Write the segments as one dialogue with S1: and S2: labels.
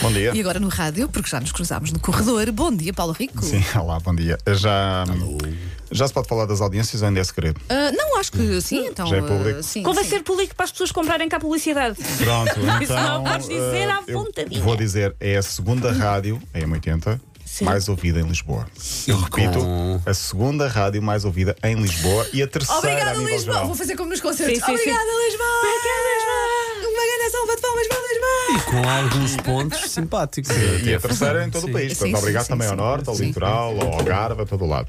S1: Bom dia.
S2: E agora no rádio, porque já nos cruzámos no corredor. Bom dia, Paulo Rico.
S1: Sim, olá, bom dia. Já, já se pode falar das audiências ou ainda é segredo?
S2: Ah, não, acho que sim, então.
S1: Já é
S2: ah,
S1: público.
S2: sim,
S3: Convém
S2: sim.
S3: ser público para as pessoas comprarem cá publicidade.
S1: Pronto,
S3: Isso
S1: então.
S3: não podes dizer
S1: eh,
S3: à
S1: eu
S3: vontadinha.
S1: Vou dizer, é a segunda rádio, a M80, mais ouvida em Lisboa. Eu repito, a segunda rádio mais ouvida em Lisboa e a terceira a
S2: Obrigada,
S1: nível
S2: Lisboa.
S1: geral.
S2: Vou fazer como nos concertos.
S3: Sim, é, sim, sim.
S2: Obrigada, Lisboa.
S3: Obrigada,
S2: Lisboa. Uma grande salva de palmas para Lisboa.
S4: Com alguns pontos simpáticos.
S1: E a terceira em todo o país.
S2: Sim,
S1: Portanto,
S2: sim,
S1: obrigado
S2: sim,
S1: também
S2: sim.
S1: ao norte, ao
S2: Sim.
S1: litoral, ao Algarve, a todo lado.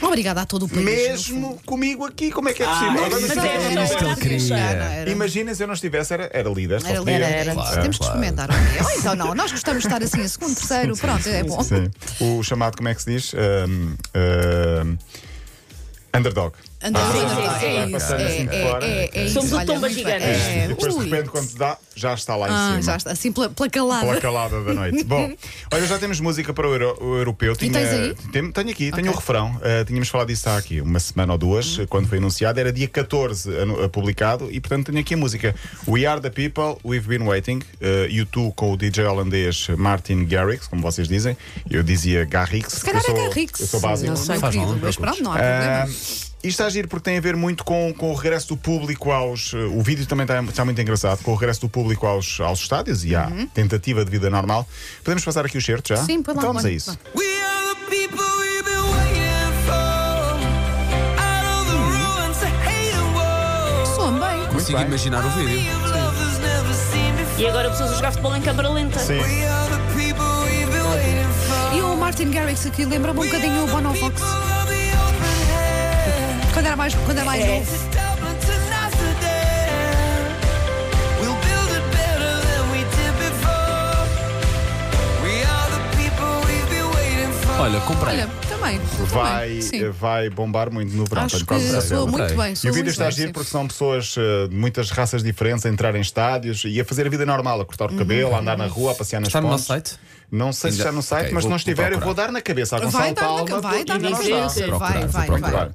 S2: Obrigada a todo o país.
S1: Mesmo comigo aqui, como é que é possível?
S4: Ah,
S1: Vamos
S4: isso
S3: Mas
S1: ver.
S3: é
S4: isto
S3: só
S4: ele queria.
S2: Imagina.
S1: Imagina se eu não estivesse, era, era líder. só
S2: Era,
S1: se
S2: era,
S1: podia.
S2: era,
S4: Claro,
S2: Temos que
S4: claro.
S2: experimentar um dia. Ou então não, nós gostamos de estar assim, a segundo, terceiro, pronto, é bom.
S1: Sim. O chamado, como é que se diz? Um, um, underdog.
S2: Andar,
S1: Ah,
S3: sim,
S2: andar,
S3: sim,
S2: andar,
S3: sim.
S2: é isso,
S1: Passando
S2: é-
S1: assim de
S2: é-
S1: fora.
S2: é- é isso,
S3: Somos o
S2: olha,
S3: tomba
S2: muito bem.
S3: gigante.
S2: É,
S1: E depois, de
S2: ui.
S1: repente, quando se dá, já está lá em
S2: Ah,
S1: cima.
S2: já está, assim pela, pela calada.
S1: Pela calada da noite. Bom, olha, já temos música para o, euro- o europeu.
S2: tens aí?
S1: tem- tenho aqui,
S2: Ok. Uhum.
S1: tenho o refrão. Uh, tínhamos falado disso há aqui uma semana ou duas, quando foi anunciado. Era dia 14 anu- uh, publicado e, portanto, tenho aqui a música We Are the People, We've Been Waiting. Uh, YouTube com o DJ holandês Martin Garrix, como vocês dizem. Eu dizia Garrix.
S2: Se calhar
S1: eu sou,
S2: é Garrix.
S1: Eu sou básico.
S2: Não sei,
S4: Faz mal,
S2: querido,
S4: não
S2: mas
S4: preocupes.
S2: pronto, não há
S1: Ah,
S2: problema.
S1: isto está a giro porque tem a ver muito com, com o regresso do público aos. eh, O vídeo também está, está muito engraçado, com o regresso do público aos, aos estádios e à tentativa de vida normal. Podemos passar aqui o certo já?
S2: Uhum. Sim, põe lá,
S1: Então vamos a
S2: põe.
S1: isso.
S5: We are the people we've been waiting for. Out of the ruins, a hated world.
S2: Soa bem.
S4: Consigo
S1: bem.
S4: imaginar o vídeo.
S5: Your love has never seen
S3: E
S5: before.
S3: agora pessoas a jogar futebol em câmara lenta.
S1: Sim.
S5: We are the people we've been waiting for.
S2: E o Martin Garrix aqui lembra-me um bocadinho o Bono Fox.
S5: People of the open hand.
S2: Quando era mais, quando era mais
S3: É.
S2: novo.
S5: Dublin to Amsterdam. We'll build it better than we did before. We are the people we've been waiting for.
S4: Olha, comprei.
S2: Olha, também.
S1: Vai,
S2: também, sim.
S1: eh, vai bombar muito no verão.
S2: Acho
S1: tenho quase
S2: que
S1: certeza.
S2: soa muito
S4: Ok.
S2: bem.
S1: é E
S2: soa
S1: o vídeo
S2: muito
S1: está a
S2: bem,
S1: giro
S2: sim.
S1: porque são pessoas eh, de muitas raças diferentes a entrar em estádios e a fazer a vida normal, a
S2: Uhum.
S1: cortar o cabelo, a andar na rua, a passear nas
S4: Está no
S1: pontes.
S4: nosso site?
S1: Não sei se
S4: Ainda-
S1: está no site,
S4: Ok,
S1: mas se
S4: vou-
S1: não estiver,
S4: vou
S1: eu vou dar na cabeça a Gonçalo
S2: Vai dar na
S1: Palma,
S2: vai dar
S1: porque
S2: na
S1: não
S3: cabeça.
S1: está.
S2: cabeça. Vai,
S4: Procurar,
S2: vai,
S4: vou
S2: vai.
S4: procurar.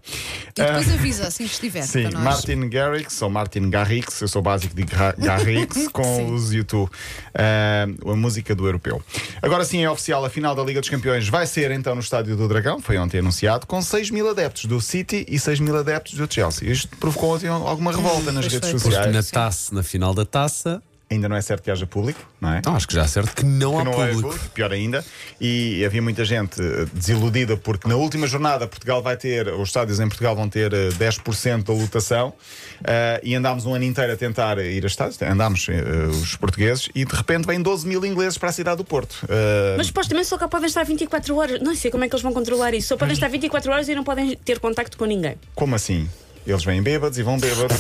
S2: E depois avisa, assim que estiver.
S1: Ah. Sim,
S2: para nós.
S1: Martin Garrix ou Martin Garrix, eu sou básico de Gra- Garrix
S2: Sim.
S1: com os YouTube, Ah, a música do europeu. Agora sim é oficial, a final da Liga dos Campeões vai ser então no Estádio do Dragão, foi ontem anunciado, com 6 mil adeptos do City e 6 mil adeptos do Chelsea. Isto provocou ontem alguma revolta nas
S2: Hum, pois
S1: redes
S2: foi.
S4: Porque na
S1: sociais.
S4: taça, na final da taça,
S1: Ainda não é certo que haja público, não é?
S4: então acho que já é certo que não há
S1: que não é
S4: público.
S1: good, pior ainda. E havia muita gente eh, desiludida porque na última jornada Portugal vai ter, os estádios em Portugal vão ter eh, 10% da lotação eh, e andámos um ano inteiro a tentar ir a estádios, andámos eh, os portugueses e de repente vêm 12 mil ingleses para a cidade do Porto. Eh,
S3: Mas supostamente só cá podem estar 24 horas. Não sei como é que eles vão controlar isso. Só podem estar 24 horas e não podem ter contacto com ninguém.
S1: como assim? Eles vêm bêbados e vão bêbados.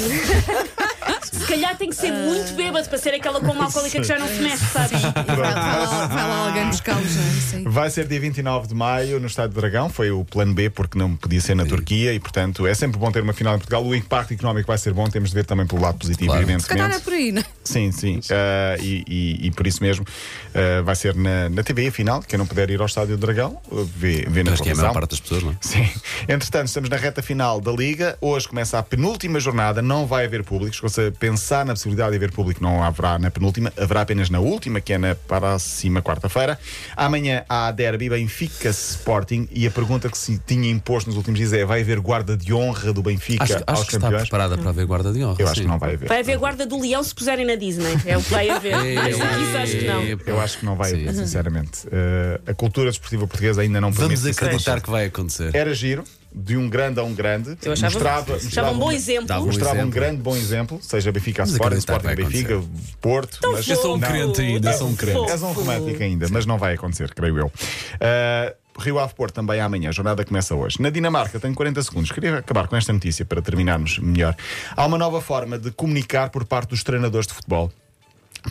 S3: Se calhar tem que ser muito bêbado para ser aquela como alcoólica que já não se mexe, sabes?
S2: Vai, vai lá, vai lá alguém buscá-los. Sim.
S1: Vai ser dia 29 de maio no Estádio do Dragão. Foi o plano B, porque não podia ser na Turquia e, portanto, é sempre bom ter uma final em Portugal. O impacto económico vai ser bom, temos de ver também pelo lado positivo,
S4: Claro.
S2: Se
S1: evidentemente.
S2: calhar é por aí, não é?
S1: Sim, sim. Ah, e, e- e por isso mesmo ah, vai ser na, na TV, afinal. Quem não puder ir ao Estádio do Dragão, ah, vê, vê na
S4: Acho que é a maior
S1: televisão.
S4: parte das pessoas, não é?
S1: Sim. Entretanto, estamos na reta final da Liga. Hoje começa a penúltima jornada, não vai haver público. Se você pensar na possibilidade de haver público, não haverá na penúltima, haverá apenas na última, que é na próxima quarta-feira. Amanhã há derby Benfica Sporting. E a pergunta que se tinha imposto nos últimos dias é: vai haver guarda de honra do Benfica
S4: Acho,
S1: aos
S4: acho que está
S1: campeões?
S4: preparada para ver guarda de honra.
S1: Eu acho
S4: sim.
S1: que não vai haver.
S3: Vai haver guarda do leão se puserem na Disney. É o que vai haver. Mas isso acho que não.
S1: Eu acho que não vai
S4: Sim.
S1: haver, sinceramente. Uh, a cultura desportiva portuguesa ainda não permite.
S4: Vamos
S1: que assim. É. isso
S4: acreditar
S1: aconteça.
S4: que vai acontecer.
S1: Era giro, de um grande a um grande.
S3: Eu achava-
S1: mostrava,
S3: Estava um bom
S4: Dá
S3: exemplo.
S4: bom
S1: Mostrava um
S4: exemplo.
S1: grande bom exemplo, seja Benfica a
S4: Vamos
S1: Sporting,
S4: acreditar que
S1: Sporting a
S4: vai
S1: Benfica, Porto. mas
S4: Eu sou um
S1: Não.
S4: crente ainda,
S3: Não.
S4: sou um crente.
S1: És um romântico ainda, mas não vai acontecer, creio eu. Uh, Rio Ave Porto também amanhã, a jornada começa hoje. Na Dinamarca, tenho 40 segundos. Queria acabar com esta notícia para terminarmos melhor. Há uma nova forma de comunicar por parte dos treinadores de futebol.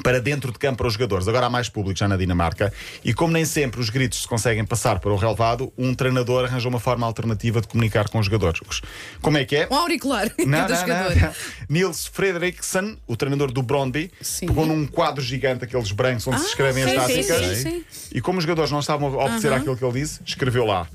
S1: Para dentro de campo para os jogadores. Agora há mais público já na Dinamarca. E como nem sempre os gritos se conseguem passar para o relevado, um treinador arranjou uma forma alternativa de comunicar com os jogadores. Como é que é?
S2: Um auricular
S1: Não,
S2: do
S1: não,
S2: jogador.
S1: não, não. Nils Fredriksson, o treinador do Brondby,
S2: Sim.
S1: pegou num quadro gigante, aqueles brancos onde se escrevem as
S3: sim, sim,
S1: táticas.
S2: sim, sim.
S1: E como os jogadores não estavam a obedecer àquilo que ele disse, escreveu lá.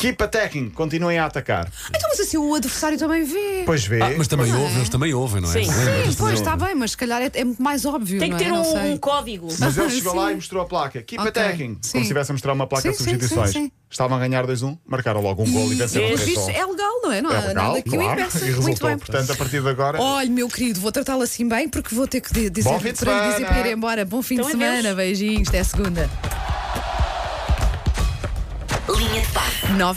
S1: Keep attacking, continuem a atacar.
S2: Então, mas assim o adversário também vê.
S1: Pois vê.
S4: Ah, mas também
S2: Não é?
S4: ouvem, eles também ouvem, não é?
S3: Sim.
S4: Lembra?
S2: Sim, pois está bem, mas se calhar é, é muito mais óbvio.
S3: Tem que
S2: não
S3: ter
S2: é? Não
S3: um,
S2: sei.
S3: um código.
S1: Mas ele chegou
S2: Ah, Sim.
S1: lá e mostrou a placa. Keep
S2: Ok,
S1: attacking. Como
S2: sim.
S1: se estivesse a mostrar uma placa
S2: Sim,
S1: de
S2: sim,
S1: substituições.
S2: sim, sim.
S1: Estavam a ganhar 2-1, marcaram logo um gol e
S2: E,
S1: venceram
S2: e,
S1: o
S2: mas isto é legal, não é? Não há nada que o impeça.
S1: e
S2: Muito
S1: resultou.
S2: bem.
S1: Portanto, a partir de agora.
S2: Olha, meu querido, vou tratá-lo assim bem porque vou ter que di- dizer,
S1: Bom fim de
S2: para, lhe dizer
S1: semana.
S2: para ir embora. Bom fim de
S3: Então, adeus.
S2: semana, beijinhos, até segunda.
S6: Linha de passe.
S2: 9